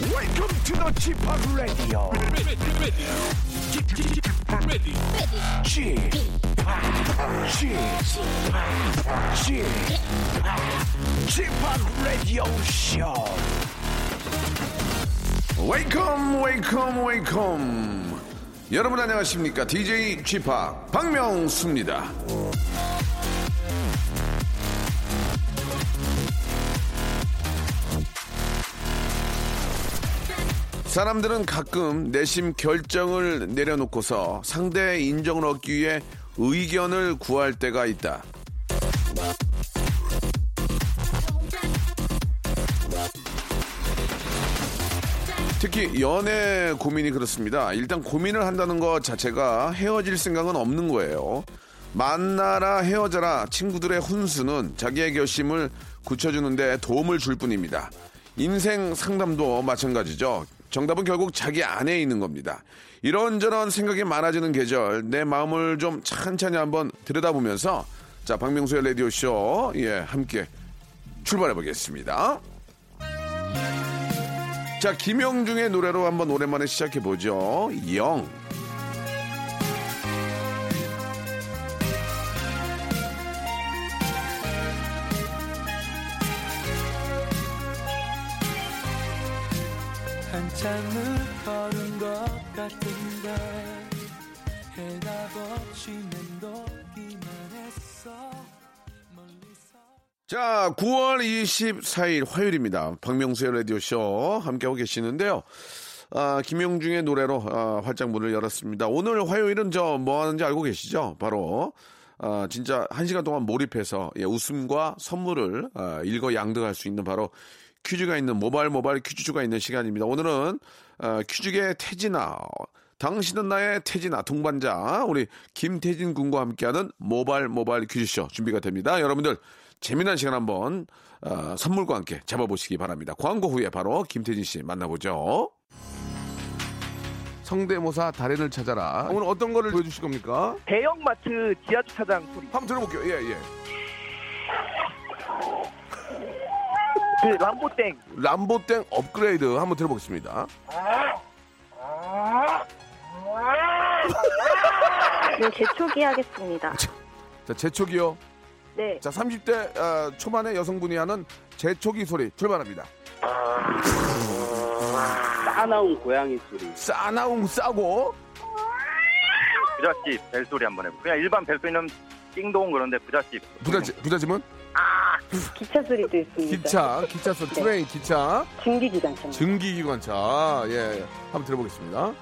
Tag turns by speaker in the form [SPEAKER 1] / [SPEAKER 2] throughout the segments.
[SPEAKER 1] Welcome to the g p o p Radio.
[SPEAKER 2] ready, ready, ready, ready.
[SPEAKER 1] g p o p g p o p g p o p Radio Show.
[SPEAKER 3] 웨이컴 웨이컴 웨이컴 여러분 안녕하십니까 DJ g 파 박명수입니다 사람들은 가끔 내심 결정을 내려놓고서 상대의 인정을 얻기 위해 의견을 구할 때가 있다 특히 연애 고민이 그렇습니다. 일단 고민을 한다는 것 자체가 헤어질 생각은 없는 거예요. 만나라 헤어져라 친구들의 혼수는 자기의 결심을 굳혀주는데 도움을 줄 뿐입니다. 인생 상담도 마찬가지죠. 정답은 결국 자기 안에 있는 겁니다. 이런저런 생각이 많아지는 계절, 내 마음을 좀 찬찬히 한번 들여다보면서 자 박명수의 라디오 쇼 예, 함께 출발해 보겠습니다. 자, 김영중의 노래로 한번 오랜만에 시작해 보죠. 영.
[SPEAKER 4] 한참을 걸은 것 같은데 해가 벗지는 도기만 했어 멀리서
[SPEAKER 3] 자, 9월 24일 화요일입니다. 박명수의 라디오쇼 함께하고 계시는데요. 아, 김영중의 노래로 아, 활짝 문을 열었습니다. 오늘 화요일은 저 뭐 하는지 알고 계시죠? 바로 아, 진짜 한 시간 동안 몰입해서 예, 웃음과 선물을 아, 일거양득할 수 있는 바로 퀴즈가 있는 모발 모발 퀴즈가 있는 시간입니다. 오늘은 아, 퀴즈계 태진아 당신은 나의 태진아 동반자 우리 김태진 군과 함께하는 모발 모발 퀴즈쇼 준비가 됩니다. 여러분들 재미난 시간 한번 어, 선물과 함께 잡아보시기 바랍니다. 광고 후에 바로 김태진 씨 만나보죠. 성대모사 달인을 찾아라. 오늘 어떤 거를 보여주실 겁니까?
[SPEAKER 5] 대형마트 지하주차장 소리.
[SPEAKER 3] 한번 들어볼게요. 예, 예.
[SPEAKER 5] 그 람보땡.
[SPEAKER 3] 람보땡 업그레이드 한번 들어보겠습니다.
[SPEAKER 6] 그럼 네, 재초기 하겠습니다.
[SPEAKER 3] 자, 재촉이요.
[SPEAKER 6] 네.
[SPEAKER 3] 자, 30대 어, 초반의 여성분이 하는 재촉이 소리 출발합니다.
[SPEAKER 7] 싸나운 고양이 소리.
[SPEAKER 3] 싸나움 싸고
[SPEAKER 7] 부잣집 벨소리 한번 해보. 그냥 일반 벨소리는 띵동 그런데 부잣집.
[SPEAKER 3] 부자지, 부자지문
[SPEAKER 6] 기차 소리도 있습니다.
[SPEAKER 3] 기차 기차 소리 트레인 기차
[SPEAKER 6] 증기기관차.
[SPEAKER 3] 증기기관차 예, 예. 한번 들어보겠습니다.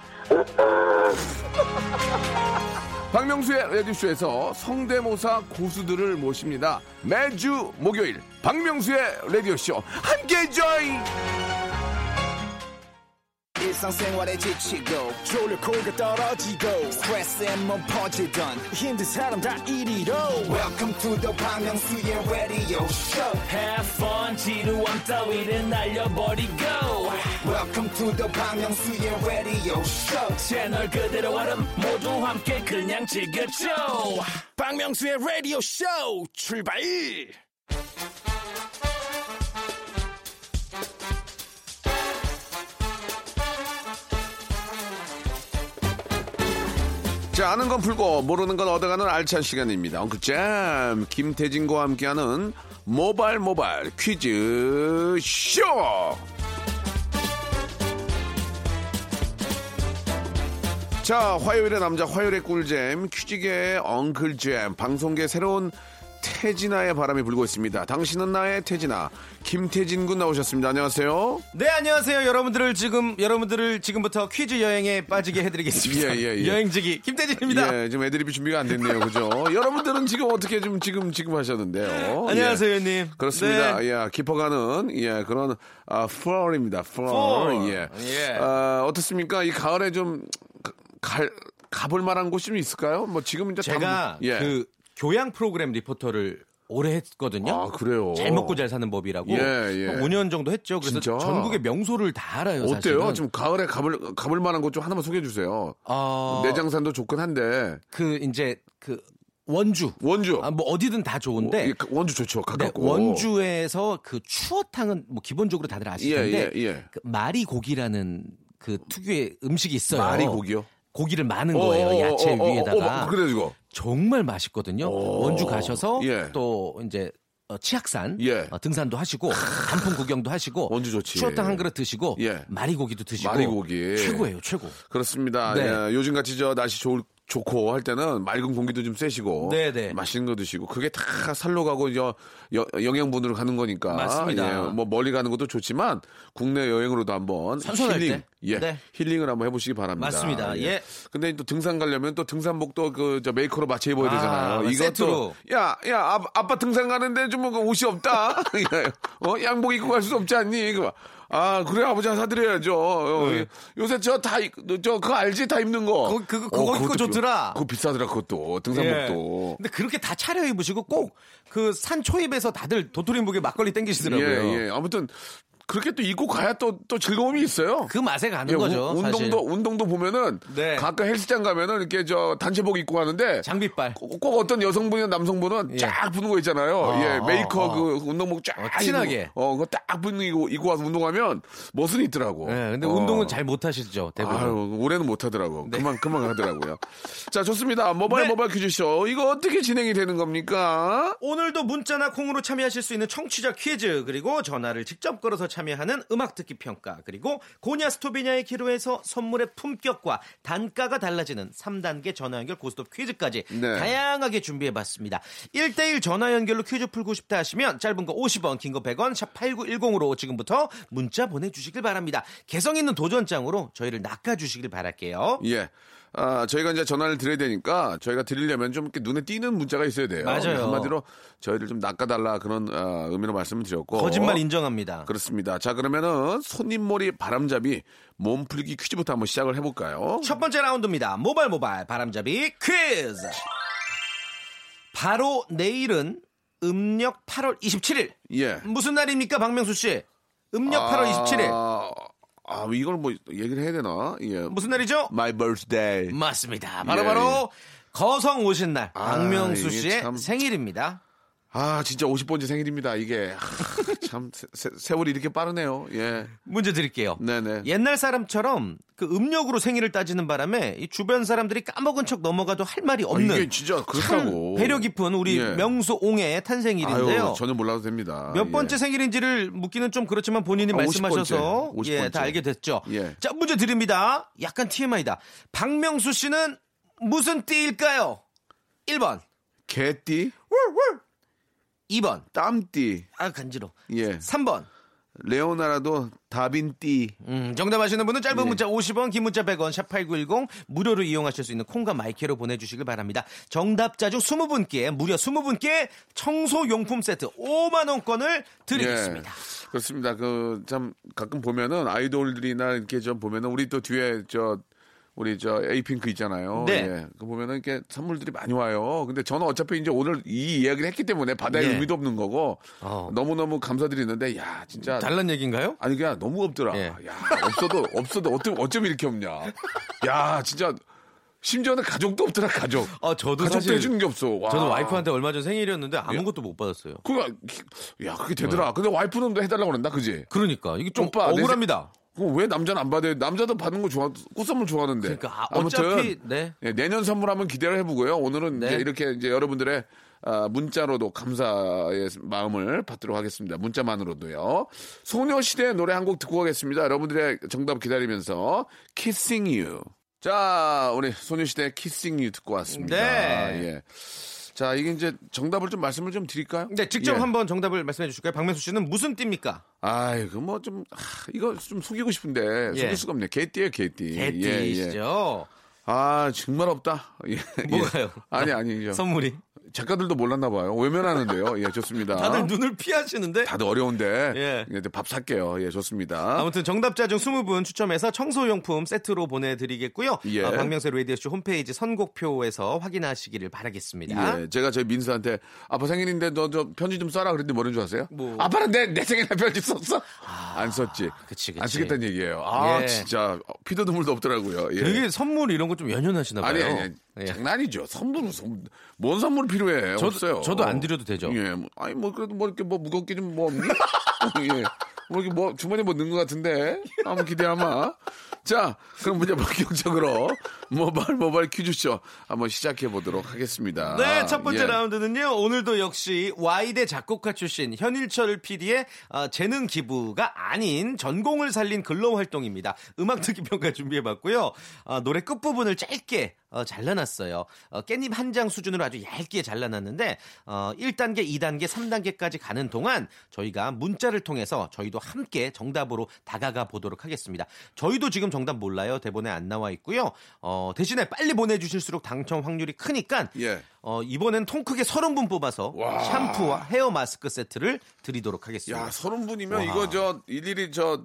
[SPEAKER 3] 박명수의 라디오쇼에서 성대모사 고수들을 모십니다. 매주 목요일 박명수의 라디오쇼 함께 join.
[SPEAKER 8] 일상생활에 지치고, 졸려 코가 떨어지고, 스트레스에 몸 퍼지던, 힘든 사람 다 이리로. welcome to the Bang Myung-soo's radio show
[SPEAKER 4] Have fun 지루함 따위를 날려버리고
[SPEAKER 8] welcome to the Bang Myung-soo's radio show
[SPEAKER 4] 채널 그대로 얼음 모두 함께 그냥 즐겨줘
[SPEAKER 1] 박명수의 라디오 쇼 출발.
[SPEAKER 3] 자, 아는 건 풀고 모르는 건 얻어가는 알찬 시간입니다. 엉클잼 김태진과 함께하는 모발 모발 퀴즈 쇼. 자, 화요일의 남자 화요일의 꿀잼 퀴즈계의 엉클잼 방송계 새로운 태진아의 바람이 불고 있습니다. 당신은 나의 태진아 김태진 군 나오셨습니다. 안녕하세요.
[SPEAKER 9] 네 안녕하세요 여러분들을 지금 여러분들을 지금부터 퀴즈 여행에 빠지게 해드리겠습니다.
[SPEAKER 3] 예, 예, 예.
[SPEAKER 9] 여행지기 김태진입니다.
[SPEAKER 3] 예, 지금 애드립이 준비가 안 됐네요. 그죠? 여러분들은 지금 어떻게 좀 지금 지금 하셨는데요.
[SPEAKER 9] 안녕하세요,
[SPEAKER 3] 예.
[SPEAKER 9] 형님.
[SPEAKER 3] 그렇습니다.
[SPEAKER 9] 네.
[SPEAKER 3] 예, 깊어가는 예 그런 아, 플로어입니다. 플로어.
[SPEAKER 9] 플로어.
[SPEAKER 3] 예.
[SPEAKER 9] 예.
[SPEAKER 3] 아, 어떻습니까? 이 가을에 좀 갈 가볼 만한 곳이 좀 있을까요? 뭐 지금 이제
[SPEAKER 9] 제가
[SPEAKER 3] 당- 예.
[SPEAKER 9] 그 교양 프로그램 리포터를 오래 했거든요.
[SPEAKER 3] 아, 그래요?
[SPEAKER 9] 잘 먹고 잘 사는 법이라고
[SPEAKER 3] 예, 예.
[SPEAKER 9] 한 5년 정도 했죠. 그래서
[SPEAKER 3] 진짜?
[SPEAKER 9] 전국의 명소를 다 알아요.
[SPEAKER 3] 어때요?
[SPEAKER 9] 사실은.
[SPEAKER 3] 지금 가을에 가볼 가볼 만한 곳 좀 하나만 소개해 주세요.
[SPEAKER 9] 어,
[SPEAKER 3] 내장산도 좋긴 한데
[SPEAKER 9] 그 이제 그 원주.
[SPEAKER 3] 원주.
[SPEAKER 9] 아, 뭐 어디든 다 좋은데.
[SPEAKER 3] 그렇죠. 예, 원주 좋죠.
[SPEAKER 9] 네,
[SPEAKER 3] 가깝고.
[SPEAKER 9] 원주에서 그 추어탕은 뭐 기본적으로 다들 아실
[SPEAKER 3] 예,
[SPEAKER 9] 텐데
[SPEAKER 3] 예, 예.
[SPEAKER 9] 그 마리 고기라는 그 특유의 음식이 있어요.
[SPEAKER 3] 말이 고기요? 어,
[SPEAKER 9] 를 마는 거예요. 야채 위에다가
[SPEAKER 3] 뭐 그래 이거.
[SPEAKER 9] 정말 맛있거든요.
[SPEAKER 3] 오.
[SPEAKER 9] 원주 가셔서
[SPEAKER 3] 예.
[SPEAKER 9] 또 이제 어, 치악산
[SPEAKER 3] 예.
[SPEAKER 9] 어, 등산도 하시고 단풍 구경도 하시고
[SPEAKER 3] 원주 좋지.
[SPEAKER 9] 추어탕 한 그릇 드시고
[SPEAKER 3] 예.
[SPEAKER 9] 마리 고기도 드시고
[SPEAKER 3] 마리 고기.
[SPEAKER 9] 최고예요, 최고.
[SPEAKER 3] 그렇습니다.
[SPEAKER 9] 네.
[SPEAKER 3] 예, 요즘 같이 저 날씨 좋을 좋고 할 때는 맑은 공기도 좀 쐬시고
[SPEAKER 9] 네네.
[SPEAKER 3] 맛있는 거 드시고 그게 다 살로 가고 저 여- 영양분으로 가는 거니까
[SPEAKER 9] 맞습니다.
[SPEAKER 3] 예, 뭐 멀리 가는 것도 좋지만 국내 여행으로도 한번
[SPEAKER 9] 선선할
[SPEAKER 3] 힐링
[SPEAKER 9] 때.
[SPEAKER 3] 예
[SPEAKER 9] 네.
[SPEAKER 3] 힐링을 한번 해보시기 바랍니다.
[SPEAKER 9] 맞습니다. 예.
[SPEAKER 3] 근데 또 등산 가려면 또 등산복도 그저 메이커로 맞춰 입어야
[SPEAKER 9] 아,
[SPEAKER 3] 되잖아요.
[SPEAKER 9] 세트로.
[SPEAKER 3] 야야 아, 아빠 등산 가는데 좀그 옷이 없다. 예. 어 양복 입고 갈 수 없지 않니? 그거 봐. 아 그래 아버지 사드려야죠. 어, 요새 저 다 저 그거 알지 다 입는 거.
[SPEAKER 9] 네.
[SPEAKER 3] 어,
[SPEAKER 9] 그거- 그거- 그거 입고
[SPEAKER 3] 그것도 비-
[SPEAKER 9] 좋더라.
[SPEAKER 3] 그거 비싸더라 그것도
[SPEAKER 9] 예.
[SPEAKER 3] 등산복도.
[SPEAKER 9] 근데 그렇게 다 차려 입으시고 꼭 그 산 초입에서 다들 도토리묵에 막걸리 땡기시더라고요.
[SPEAKER 3] 예, 예. 아무튼 그렇게 또 입고 가야 또 또 즐거움이 있어요.
[SPEAKER 9] 그 맛에 가는
[SPEAKER 3] 예,
[SPEAKER 9] 거죠.
[SPEAKER 3] 운-
[SPEAKER 9] 사실.
[SPEAKER 3] 운동도 운동도 보면은
[SPEAKER 9] 네.
[SPEAKER 3] 가끔 헬스장 가면은 이렇게 저 단체복 입고 가는데
[SPEAKER 9] 장비빨.
[SPEAKER 3] 꼭, 꼭 어떤 여성분이나 남성분은
[SPEAKER 9] 예.
[SPEAKER 3] 쫙 붙는 거 있잖아요.
[SPEAKER 9] 어,
[SPEAKER 3] 예,
[SPEAKER 9] 어,
[SPEAKER 3] 메이커
[SPEAKER 9] 어.
[SPEAKER 3] 그 운동복 쫙
[SPEAKER 9] 어, 진하게.
[SPEAKER 3] 입고, 어, 그거 딱 붙는 거 입고- 입고 와서 운동하면 멋은 있더라고.
[SPEAKER 9] 예, 근데
[SPEAKER 3] 어.
[SPEAKER 9] 운동은 잘 못 하시죠, 대부분.
[SPEAKER 3] 아유, 올해는 못하더라고. 그만, 그만 하더라고요. 자, 좋습니다. 모바일
[SPEAKER 9] 네.
[SPEAKER 3] 모바일 퀴즈쇼. 이거 어떻게 진행이 되는 겁니까?
[SPEAKER 9] 오늘도 문자나 콩으로 참여하실 수 있는 청취자 퀴즈 그리고 전화를 직접 걸어서 참여하는 음악 듣기 평가 그리고 고냐 스토비냐의 기로에서 선물의 품격과 단가가 달라지는 3단계 전화 연결 고스톱 퀴즈까지
[SPEAKER 3] 네.
[SPEAKER 9] 다양하게 준비해봤습니다. 1대1 전화 연결로 퀴즈 풀고 싶다 하시면 짧은 거 50원 긴 거 100원 샵 8910으로 지금부터 문자 보내주시길 바랍니다. 개성 있는 도전장으로 저희를 낚아주시길 바랄게요.
[SPEAKER 3] 예. 아, 저희가 이제 전화를 드려야 되니까 저희가 드리려면 좀 이렇게 눈에 띄는 문자가 있어야 돼요. 네,
[SPEAKER 9] 맞아요.
[SPEAKER 3] 한마디로 저희를 좀 낚아달라 그런 아, 의미로 말씀을 드렸고.
[SPEAKER 9] 거짓말 인정합니다.
[SPEAKER 3] 그렇습니다. 자, 그러면은 손님몰이 바람잡이 몸풀기 퀴즈부터 한번 시작을 해볼까요?
[SPEAKER 9] 첫 번째 라운드입니다. 모발 모발 바람잡이 퀴즈. 바로 내일은 음력 8월 27일.
[SPEAKER 3] 예.
[SPEAKER 9] 무슨 날입니까, 박명수 씨? 음력 8월 27일.
[SPEAKER 3] 아, 아, 이걸 뭐 얘기를 해야 되나? 예.
[SPEAKER 9] 무슨 음. 날이죠?
[SPEAKER 3] My birthday.
[SPEAKER 9] 맞습니다.
[SPEAKER 3] 예,
[SPEAKER 9] 바로 바로 거성 오신 날
[SPEAKER 3] 아,
[SPEAKER 9] 박명수
[SPEAKER 3] 이게
[SPEAKER 9] 씨의
[SPEAKER 3] 참-
[SPEAKER 9] 생일입니다.
[SPEAKER 3] 아, 진짜 50번째 생일입니다. 이게 아, 참 세, 월이 이렇게 빠르네요. 예.
[SPEAKER 9] 문제 드릴게요.
[SPEAKER 3] 네네.
[SPEAKER 9] 옛날 사람처럼 그 음력으로 생일을 따지는 바람에 이 주변 사람들이 까먹은 척 넘어가도 할 말이 없는
[SPEAKER 3] 아, 이게 진짜
[SPEAKER 9] 참
[SPEAKER 3] 그렇다고.
[SPEAKER 9] 배려 깊은 우리
[SPEAKER 3] 예.
[SPEAKER 9] 명수 옹의 탄생일인데요.
[SPEAKER 3] 아유, 전혀 몰라도 됩니다.
[SPEAKER 9] 몇
[SPEAKER 3] 예.
[SPEAKER 9] 번째 생일인지를 묻기는 좀 그렇지만 본인이
[SPEAKER 3] 아,
[SPEAKER 9] 말씀하셔서
[SPEAKER 3] 50번째.
[SPEAKER 9] 예, 다 알게 됐죠.
[SPEAKER 3] 예.
[SPEAKER 9] 자, 문제 드립니다. 약간 TMI다. 박명수 씨는 무슨 띠일까요? 1번,
[SPEAKER 3] 개띠,
[SPEAKER 9] 2번,
[SPEAKER 3] 땀띠,
[SPEAKER 9] 아, 간지러.
[SPEAKER 3] 예.
[SPEAKER 9] 3번.
[SPEAKER 3] 레오나라도 다빈띠.
[SPEAKER 9] 음, 정답 아시는 분은
[SPEAKER 3] 예.
[SPEAKER 9] 짧은 문자 50원, 긴 문자 100원, 샵8910 무료로 이용하실 수 있는 콩과 마이크로 보내주시길 바랍니다. 정답자 중 20분께, 무려 20분께 청소용품 세트 5만원권을 드리겠습니다.
[SPEAKER 3] 예. 그렇습니다. 그 참 가끔 보면은 아이돌들이나 이렇게 좀 보면은 우리 또 뒤에 저 우리 저 에이핑크 있잖아요.
[SPEAKER 9] 네.
[SPEAKER 3] 예. 그 보면은 이렇게 선물들이 많이 와요. 근데 저는 어차피 이제 오늘 이 이야기를 했기 때문에 받아야
[SPEAKER 9] 예.
[SPEAKER 3] 의미도 없는 거고
[SPEAKER 9] 어.
[SPEAKER 3] 너무너무 감사드리는데 야, 진짜
[SPEAKER 9] 달란 얘기인가요?
[SPEAKER 3] 아니 그냥 너무 없더라.
[SPEAKER 9] 예.
[SPEAKER 3] 야 없어도 없어도 어쩜 어쩜 이렇게 없냐. 야 진짜 심지어는 가족도 없더라 가족.
[SPEAKER 9] 아, 저도
[SPEAKER 3] 가족도
[SPEAKER 9] 사실-
[SPEAKER 3] 해주는 게 없어. 와.
[SPEAKER 9] 저는 와이프한테 얼마 전 생일이었는데 아무것도 못 받았어요.
[SPEAKER 3] 그거 야 그게
[SPEAKER 9] 어.
[SPEAKER 3] 되더라. 근데 와이프는 또 해달라고 그런다 그지?
[SPEAKER 9] 그러니까 이게 좀
[SPEAKER 3] 오빠, 내 생-
[SPEAKER 9] 억울합니다.
[SPEAKER 3] 그럼 왜 남자는 안 받아요? 남자도 받는 거 좋아, 꽃선물 좋아하는데.
[SPEAKER 9] 그러니까, 아, 어차피, 네.
[SPEAKER 3] 예, 내년 선물 한번 기대를 해보고요. 오늘은
[SPEAKER 9] 네.
[SPEAKER 3] 이제 이렇게 이제 여러분들의 아, 문자로도 감사의 마음을 받도록 하겠습니다. 문자만으로도요. 소녀시대 노래 한 곡 듣고 가겠습니다. 여러분들의 정답 기다리면서 Kissing You. 자, 우리 소녀시대 Kissing You 듣고 왔습니다.
[SPEAKER 9] 네.
[SPEAKER 3] 예. 자, 이게 이제 정답을 좀 말씀을 좀 드릴까요?
[SPEAKER 9] 네, 직접
[SPEAKER 3] 예.
[SPEAKER 9] 한번 정답을 말씀해 주실까요? 박명수 씨는 무슨 띠입니까?
[SPEAKER 3] 아이, 그 뭐 좀, 아, 이거 좀 속이고 싶은데,
[SPEAKER 9] 예.
[SPEAKER 3] 속일 수가 없네. 개띠에요, 개띠. 예, 예.
[SPEAKER 9] 개띠시죠?
[SPEAKER 3] 아, 정말 없다. 예, 예.
[SPEAKER 9] 뭐가요?
[SPEAKER 3] 아니, 아니. 저,
[SPEAKER 9] 선물이.
[SPEAKER 3] 작가들도 몰랐나 봐요. 외면하는데요. 예, 좋습니다.
[SPEAKER 9] 다들 눈을 피하시는데.
[SPEAKER 3] 다들 어려운데,
[SPEAKER 9] 예.
[SPEAKER 3] 예, 이제 밥 살게요. 예, 좋습니다.
[SPEAKER 9] 아무튼 정답자 중 20분 추첨해서 청소용품 세트로 보내드리겠고요.
[SPEAKER 3] 예.
[SPEAKER 9] 아, 박명수 라디오쇼 홈페이지 선곡표에서 확인하시기를 바라겠습니다.
[SPEAKER 3] 예, 제가 저희 민수한테 아빠 생일인데 너 저 편지 좀 써라 그랬는데 뭐라는 줄 아세요?
[SPEAKER 9] 뭐.
[SPEAKER 3] 아빠는 내, 내 생일에 편지 썼어? 안 썼지.
[SPEAKER 9] 그치, 그치.
[SPEAKER 3] 안 쓰겠다는 얘기예요. 아
[SPEAKER 9] 예.
[SPEAKER 3] 진짜 피도 눈물도 없더라고요. 예.
[SPEAKER 9] 되게 선물 이런 거
[SPEAKER 10] 좀 연연하시나 봐요.
[SPEAKER 3] 아니, 아니, 아니
[SPEAKER 10] 예.
[SPEAKER 3] 장난이죠. 선물은 선- 뭔 선물 필요해?
[SPEAKER 10] 저도-
[SPEAKER 3] 없어요.
[SPEAKER 10] 저도 안 드려도 되죠.
[SPEAKER 3] 예, 뭐, 아니 뭐 그래도 뭐 이렇게 뭐 무겁게 좀 뭐 없니? 예, 뭐 이렇게 뭐 주머니 에뭐 넣은 것 같은데 아무 기대 아마. 자, 그럼 이제 본격적으로 모발 모발 퀴즈쇼 한번 시작해 보도록 하겠습니다.
[SPEAKER 9] 네, 첫 번째
[SPEAKER 3] 예.
[SPEAKER 9] 라운드는요. 오늘도 역시 Y대 작곡가 출신 현일철 PD의 어, 재능 기부가 아닌 전공을 살린 근로 활동입니다. 음악 듣기 평가 준비해 봤고요. 어, 노래 끝부분을 짧게 어, 잘라놨어요. 어, 깻잎 한 장 수준으로 아주 얇게 잘라놨는데 어, 1단계, 2단계, 3단계까지 가는 동안 저희가 문자를 통해서 저희도 함께 정답으로 다가가 보도록 하겠습니다. 저희도 지금 정답 몰라요. 대본에 안 나와 있고요. 어, 대신에 빨리 보내주실수록 당첨 확률이 크니까
[SPEAKER 3] 예.
[SPEAKER 9] 어, 이번엔 통 크게 30분 뽑아서
[SPEAKER 3] 와.
[SPEAKER 9] 샴푸와 헤어 마스크 세트를 드리도록 하겠습니다.
[SPEAKER 3] 야, 서른 분이면 이거 저 일일이 저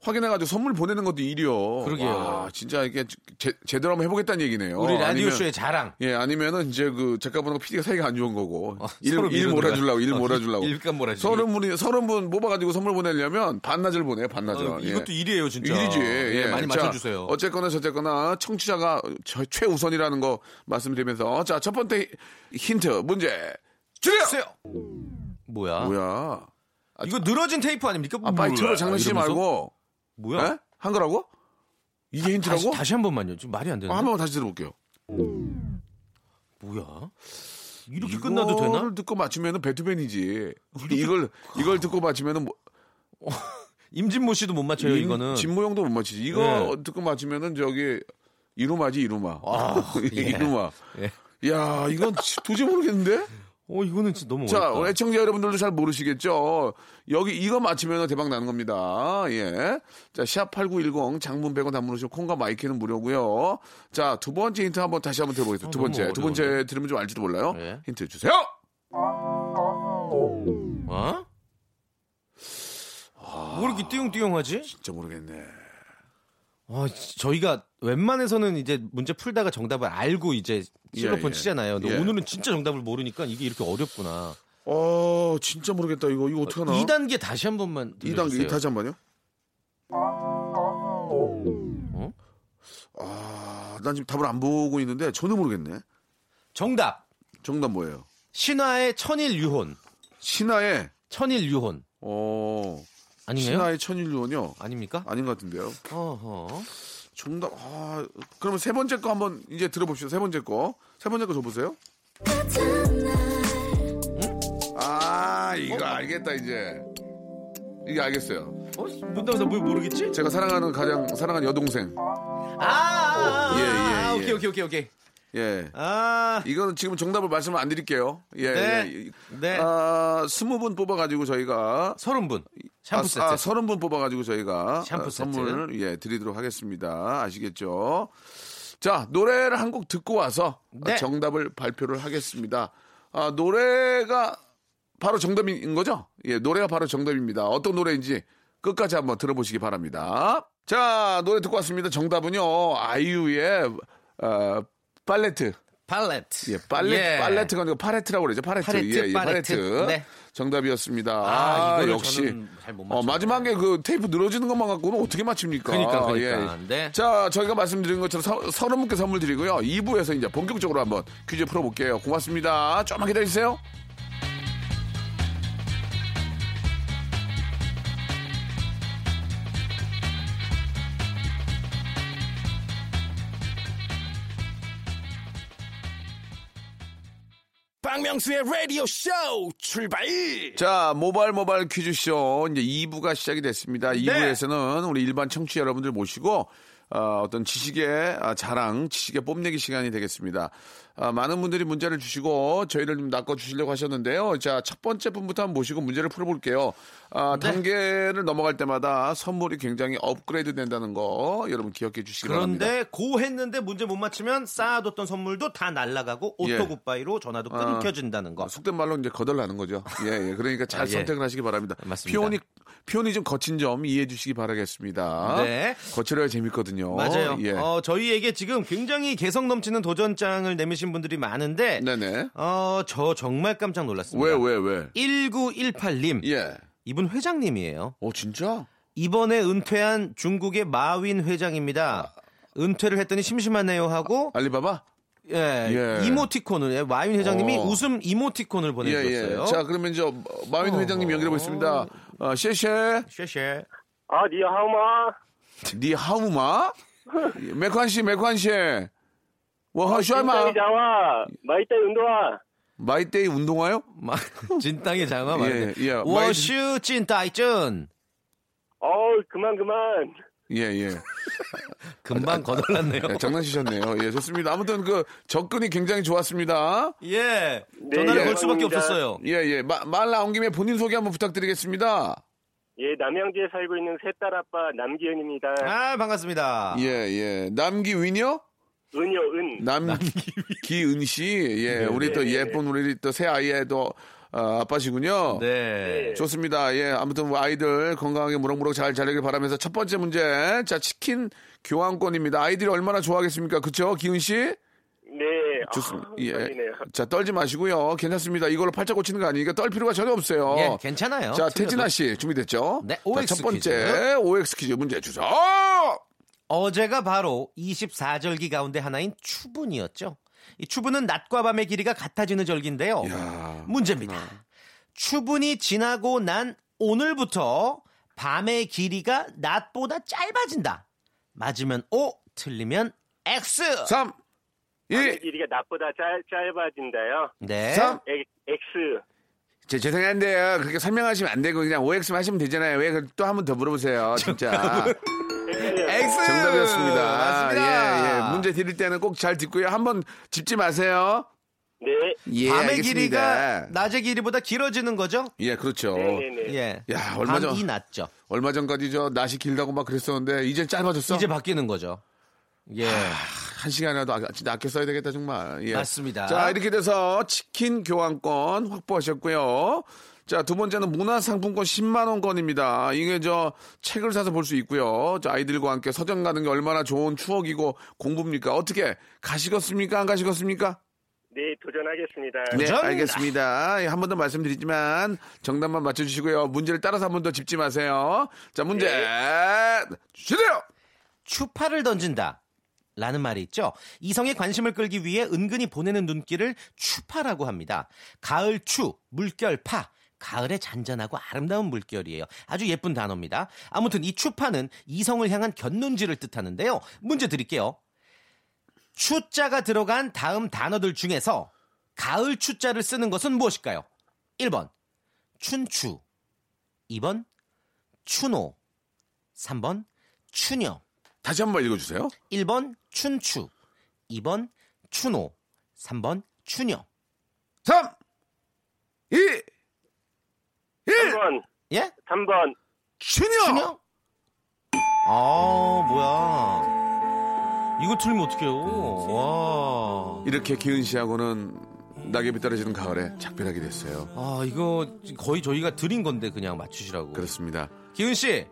[SPEAKER 3] 확인해가지고 선물 보내는 것도 일이요.
[SPEAKER 9] 그러게요.
[SPEAKER 3] 와, 진짜 이게 제, 제대로 한번 해보겠다는 얘기네요.
[SPEAKER 9] 우리
[SPEAKER 3] 아니면-
[SPEAKER 9] 라디오쇼의 자랑.
[SPEAKER 3] 예, 아니면은 이제 그 작가분하고 PD가 사이가 안 좋은 거고.
[SPEAKER 9] 어,
[SPEAKER 3] 일,
[SPEAKER 9] 서로
[SPEAKER 3] 일
[SPEAKER 9] 미루는 거야.
[SPEAKER 3] 몰아주려고, 일
[SPEAKER 9] 어,
[SPEAKER 3] 몰아주려고.
[SPEAKER 9] 일감 몰아주기.
[SPEAKER 3] 서른 분이, 서른 분 뽑아가지고 선물 보내려면 반나절 보내요, 반나절.
[SPEAKER 9] 어,
[SPEAKER 3] 예.
[SPEAKER 9] 이것도 일이에요, 진짜.
[SPEAKER 3] 일이지.
[SPEAKER 9] 예,
[SPEAKER 3] 예.
[SPEAKER 9] 많이
[SPEAKER 3] 자,
[SPEAKER 9] 맞춰주세요.
[SPEAKER 3] 어쨌거나 저쨌거나 청취자가 저- 최우선이라는 거 말씀드리면서 자, 첫 번째 힌트, 문제. 주세요!
[SPEAKER 9] 주세요. 뭐야?
[SPEAKER 3] 뭐야.
[SPEAKER 9] 이거 늘어진 테이프 음, 아닙니까?
[SPEAKER 3] 아, 빨리
[SPEAKER 9] 뭐야?
[SPEAKER 3] 틀어 장난치지
[SPEAKER 9] 이러면서?
[SPEAKER 3] 말고.
[SPEAKER 9] 뭐야?
[SPEAKER 3] 예? 한 거라고? 이게 힌트라고?
[SPEAKER 9] 다시, 다시 한 번만요. 지금 말이 안 되는데.
[SPEAKER 3] 아, 한 번만 다시 들어볼게요.
[SPEAKER 9] 뭐야? 이렇게 끝나도 되나? 그
[SPEAKER 3] 이걸 듣고 맞추면 베투벤이지. 이걸, 이걸 듣고 맞추면 뭐,
[SPEAKER 9] 임진모 씨도 못 맞춰요,
[SPEAKER 3] 임-
[SPEAKER 9] 이거는.
[SPEAKER 3] 진모형도 못 맞히지. 이거
[SPEAKER 9] 네.
[SPEAKER 3] 듣고 맞히면은 저기 이루마지 이루마.
[SPEAKER 9] 아, 예.
[SPEAKER 3] 이루마.
[SPEAKER 9] 예.
[SPEAKER 3] 야, 이건 지- 도저히 모르겠는데?
[SPEAKER 9] 어, 이거는 진짜 너무
[SPEAKER 3] 자,
[SPEAKER 9] 어렵다.
[SPEAKER 3] 애청자 여러분들도 잘 모르시겠죠? 여기 이거 맞히면 대박 나는 겁니다. 예. 자, 샵8910 장문 100원 단문 오시고 콩과 마이크는 무료고요 자, 두 번째 힌트 한번 다시 한번 들어보겠습니다.
[SPEAKER 9] 어,
[SPEAKER 3] 두 번째.
[SPEAKER 9] 너무
[SPEAKER 3] 두 번째 들으면 좀 알지도 몰라요.
[SPEAKER 9] 예.
[SPEAKER 3] 힌트 주세요!
[SPEAKER 9] 어? 뭐 이렇게 띠용띠용하지?
[SPEAKER 3] 진짜 모르겠네.
[SPEAKER 9] 어, 저희가 웬만해서는 이제 문제 풀다가 정답을 알고 이제 실로폰
[SPEAKER 3] 예, 예.
[SPEAKER 9] 치잖아요. 근데
[SPEAKER 3] 예.
[SPEAKER 9] 오늘은 진짜 정답을 모르니까 이게 이렇게 어렵구나.
[SPEAKER 3] 어, 진짜 모르겠다. 이거, 이거 어떡하나?
[SPEAKER 9] 2단계 다시 한 번만
[SPEAKER 3] 이단계
[SPEAKER 9] 들려주세요.
[SPEAKER 3] 다시 한 번요.
[SPEAKER 9] 어?
[SPEAKER 3] 아, 난 지금 답을 안 보고 있는데 전혀 모르겠네.
[SPEAKER 9] 정답.
[SPEAKER 3] 정답 뭐예요?
[SPEAKER 9] 신화의 천일유혼.
[SPEAKER 3] 신화의
[SPEAKER 9] 천일유혼.
[SPEAKER 3] 어
[SPEAKER 9] 아니에요?
[SPEAKER 3] 신화의 천일유원요.
[SPEAKER 9] 아닙니까?
[SPEAKER 3] 아닌 것 같은데요.
[SPEAKER 9] 어허.
[SPEAKER 3] 정답. 아, 그러면 세 번째 거 한번 이제 들어봅시다. 세 번째 거. 세 번째 거 줘보세요. 아, 이거 알겠다 이제. 이게 알겠어요.
[SPEAKER 9] 어? 뭔다면서 뭘 모르겠지?
[SPEAKER 3] 제가 사랑하는 가장 사랑하는 여동생.
[SPEAKER 9] 아, 아, 아,
[SPEAKER 3] 예, 예,
[SPEAKER 9] 아,
[SPEAKER 3] 예.
[SPEAKER 9] 오케이, 오케이, 오케이, 오케이.
[SPEAKER 3] 예.
[SPEAKER 9] 아,
[SPEAKER 3] 이거는 지금 정답을 말씀을 안 드릴게요. 예.
[SPEAKER 9] 네.
[SPEAKER 3] 예.
[SPEAKER 9] 네.
[SPEAKER 3] 아, 스무 분 뽑아가지고 저희가
[SPEAKER 9] 서른 분 샴푸 세트.
[SPEAKER 3] 아, 아, 서른 분 뽑아가지고 저희가
[SPEAKER 9] 샴푸
[SPEAKER 3] 아,
[SPEAKER 9] 세트.
[SPEAKER 3] 선물을 예 드리도록 하겠습니다. 아시겠죠? 자 노래를 한 곡 듣고 와서
[SPEAKER 9] 네.
[SPEAKER 3] 정답을 발표를 하겠습니다. 아, 노래가 바로 정답인 거죠? 예, 노래가 바로 정답입니다. 어떤 노래인지 끝까지 한번 들어보시기 바랍니다. 자 노래 듣고 왔습니다. 정답은요 아이유의 어, 팔레트.
[SPEAKER 9] 팔레트.
[SPEAKER 3] 예, 팔레,
[SPEAKER 9] 예.
[SPEAKER 3] 팔레트가 아니고 파레트라고 그러죠. 파레트.
[SPEAKER 9] 파레트,
[SPEAKER 3] 예, 예,
[SPEAKER 9] 파레트.
[SPEAKER 3] 파레트.
[SPEAKER 9] 네.
[SPEAKER 3] 정답이었습니다. 아,
[SPEAKER 9] 아, 이거를
[SPEAKER 3] 역시.
[SPEAKER 9] 저는 잘못
[SPEAKER 3] 어,
[SPEAKER 9] 맞춰요.
[SPEAKER 3] 마지막에 그 테이프 늘어지는 것만 갖고는 어떻게 맞춥니까?
[SPEAKER 9] 그러니까, 그러니까.
[SPEAKER 3] 예.
[SPEAKER 9] 네.
[SPEAKER 3] 자, 저희가 말씀드린 것처럼 서, 른 분께 선물 드리고요. 2부에서 이제 본격적으로 한번 퀴즈 풀어볼게요. 고맙습니다. 조금만 기다리세요.
[SPEAKER 4] 박명수의 라디오 쇼 출발
[SPEAKER 3] 자, 모발 모발 퀴즈쇼 이제 2부가 시작이 됐습니다.
[SPEAKER 9] 네.
[SPEAKER 3] 2부에서는 우리 일반 청취자 여러분들 모시고 어, 떤 지식의 아, 자랑, 지식의 뽐내기 시간이 되겠습니다. 아, 많은 분들이 문제를 주시고 저희를 좀 낚아 주시려고 하셨는데요. 자, 첫 번째 분부터 한번 모시고 문제를 풀어 볼게요. 아,
[SPEAKER 9] 네.
[SPEAKER 3] 단계를 넘어갈 때마다 선물이 굉장히 업그레이드 된다는 거 여러분 기억해 주시기 바랍니다.
[SPEAKER 9] 그런데 고 했는데 문제 못 맞히면 쌓아뒀던 선물도 다 날아가고
[SPEAKER 3] 예. 아.
[SPEAKER 9] 오토 굿바이로 전화도 끊겨진다는 거.
[SPEAKER 3] 속된 말로 이제 거덜나는 거죠. 예, 예. 그러니까 잘
[SPEAKER 9] 아, 예.
[SPEAKER 3] 선택을 하시기 바랍니다.
[SPEAKER 9] 맞습니다.
[SPEAKER 3] 표현이 표현이 좀 거친 점 이해해 주시기 바라겠습니다.
[SPEAKER 9] 네.
[SPEAKER 3] 거칠어야 재밌거든요.
[SPEAKER 9] 맞아요.
[SPEAKER 3] 예.
[SPEAKER 9] 어, 저희에게 지금 굉장히 개성 넘치는 도전장을 내미신 분들이 많은데
[SPEAKER 3] 네네.
[SPEAKER 9] 어, 저 정말 깜짝
[SPEAKER 3] 왜,
[SPEAKER 9] 놀랐습니다.
[SPEAKER 3] 왜, 왜?
[SPEAKER 9] 1918님.
[SPEAKER 3] 예.
[SPEAKER 9] 이분 회장님이에요.
[SPEAKER 3] 어, 진짜?
[SPEAKER 9] 이번에 은퇴한 중국의 마윈 회장입니다. 은퇴를 했더니 심심하네요 하고
[SPEAKER 3] 알리바바?
[SPEAKER 9] 예,
[SPEAKER 3] 예.
[SPEAKER 9] 이모티콘을 예, 마윈 회장님이
[SPEAKER 3] 어. 예,
[SPEAKER 9] 웃음 이모티콘을 보내주셨어요.
[SPEAKER 3] 자, 그러면 이제 마윈 회장님 연결해 보겠습니다. 어, 셰셰,
[SPEAKER 9] 쉐쉐.
[SPEAKER 7] 아, 니 하우마.
[SPEAKER 3] 니 하우마? 예, 메칸 씨, 메칸 씨. 와, 샤마.
[SPEAKER 7] 자와, 아, 마이테 운동화.
[SPEAKER 3] 마이데이 운동화요?
[SPEAKER 9] 마- 진땅의 장화
[SPEAKER 3] 예, 예.
[SPEAKER 9] 말이에요. 워슈 찐따이쩐
[SPEAKER 7] 어우, 그만, 그만.
[SPEAKER 3] 예, 예.
[SPEAKER 9] 금방 거덜났네요.
[SPEAKER 3] 예, 장난치셨네요. 예, 좋습니다. 아무튼 그 접근이 굉장히 좋았습니다.
[SPEAKER 9] 예. 전화를
[SPEAKER 7] 예,
[SPEAKER 9] 걸 수밖에
[SPEAKER 7] 감사합니다.
[SPEAKER 9] 없었어요.
[SPEAKER 3] 예, 예. 마- 말 나온 김에 본인 소개 한번 부탁드리겠습니다.
[SPEAKER 7] 예, 남양주에 살고 있는 셋딸 아빠 남기현입니다.
[SPEAKER 9] 아, 반갑습니다.
[SPEAKER 3] 예, 예. 남기윈이요?
[SPEAKER 7] 은요, 은.
[SPEAKER 3] 남기은 씨. 예, 우리 또 예쁜 우리 또 새 아이의 또 아, 아빠시군요.
[SPEAKER 9] 네.
[SPEAKER 3] 좋습니다. 예, 아무튼 뭐 아이들 건강하게 무럭무럭 잘 자라길 바라면서 첫 번째 문제. 자, 치킨 교환권입니다. 아이들이 얼마나 좋아하겠습니까? 그쵸? 기은 씨?
[SPEAKER 7] 네.
[SPEAKER 3] 좋습니다.
[SPEAKER 7] 아,
[SPEAKER 3] 예.
[SPEAKER 7] 떨리네요.
[SPEAKER 3] 자, 떨지 마시고요. 괜찮습니다. 이걸로 팔자 고치는 거 아니니까 떨 필요가 전혀 없어요.
[SPEAKER 9] 예, 괜찮아요.
[SPEAKER 3] 자,
[SPEAKER 9] 틀려도.
[SPEAKER 3] 태진아 씨 준비됐죠?
[SPEAKER 9] 네,
[SPEAKER 3] 자,
[SPEAKER 9] OX
[SPEAKER 3] 첫 번째
[SPEAKER 9] 퀴즈.
[SPEAKER 3] OX 퀴즈 문제 주세요.
[SPEAKER 9] 어제가 바로 24절기 가운데 하나인 추분이었죠. 이 추분은 낮과 밤의 길이가 같아지는 절기인데요.
[SPEAKER 3] 야.
[SPEAKER 9] 문제입니다. 추분이 지나고 난 오늘부터 밤의 길이가 낮보다 짧아진다. 맞으면 O, 틀리면 X.
[SPEAKER 3] 3 2
[SPEAKER 7] 길이가 낮보다 짧, 짧아진다요.
[SPEAKER 9] 네.
[SPEAKER 3] 3
[SPEAKER 7] 엑- 엑스.
[SPEAKER 3] 제 죄송한데요. 그렇게 설명하시면 안 되고 그냥 OX만 하시면 되잖아요. 왜 또 한 번 더 물어보세요. 진짜.
[SPEAKER 9] X.
[SPEAKER 3] 정답이었습니다. 아,
[SPEAKER 9] 맞습니다.
[SPEAKER 3] 예, 예. 문제 드릴 때는 꼭 잘 듣고요. 한번 짚지 마세요.
[SPEAKER 7] 네.
[SPEAKER 3] 예,
[SPEAKER 9] 밤의
[SPEAKER 3] 알겠습니다.
[SPEAKER 9] 길이가 낮의 길이보다 길어지는 거죠?
[SPEAKER 3] 예, 그렇죠.
[SPEAKER 7] 네네네.
[SPEAKER 9] 예.
[SPEAKER 3] 야, 얼마 전-
[SPEAKER 9] 밤이 낮죠.
[SPEAKER 3] 얼마 전까지 저 낮이 길다고 막 그랬었는데 이제 짧아졌어.
[SPEAKER 9] 이제 바뀌는 거죠. 예.
[SPEAKER 3] 한 시간이라도 아, 진짜 아껴 써야 되겠다 정말. 예.
[SPEAKER 9] 맞습니다.
[SPEAKER 3] 자 이렇게 돼서 치킨 교환권 확보하셨고요. 자 두 번째는 문화상품권 10만 원권입니다. 이게 저 책을 사서 볼 수 있고요. 자 아이들과 함께 서점 가는 게 얼마나 좋은 추억이고 공부입니까? 어떻게 가시겠습니까? 안 가시겠습니까?
[SPEAKER 7] 네, 도전하겠습니다.
[SPEAKER 3] 네,
[SPEAKER 9] 도전!
[SPEAKER 3] 알겠습니다. 예, 한 번 더 말씀드리지만 정답만 맞춰주시고요. 문제를 따라서 한 번 더 짚지 마세요. 자 문제
[SPEAKER 7] 네.
[SPEAKER 3] 주세요.
[SPEAKER 9] 추파를 던진다. 라는 말이 있죠. 이성의 관심을 끌기 위해 은근히 보내는 눈길을 추파라고 합니다. 가을 추, 물결 파. 가을의 잔잔하고 아름다운 물결이에요. 아주 예쁜 단어입니다. 아무튼 이 추파는 이성을 향한 곁눈질을 뜻하는데요. 문제 드릴게요. 추자가 들어간 다음 단어들 중에서 가을 추자를 쓰는 것은 무엇일까요? 1번 춘추 2번 추노 3번 추녀
[SPEAKER 3] 다시 한 번 읽어주세요.
[SPEAKER 9] 1번 춘추, 2번 추노, 3번 추녀.
[SPEAKER 3] 3, 2, 1.
[SPEAKER 7] 3번.
[SPEAKER 9] 예?
[SPEAKER 7] 3번.
[SPEAKER 3] 추녀.
[SPEAKER 9] 추녀? 아, 뭐야. 이거 틀리면 어떡해요. 와.
[SPEAKER 3] 이렇게 기은 씨하고는 낙엽이 떨어지는 가을에 작별하게 됐어요.
[SPEAKER 9] 아, 이거 거의 저희가 드린 건데 그냥 맞추시라고.
[SPEAKER 3] 그렇습니다.
[SPEAKER 9] 기훈 씨.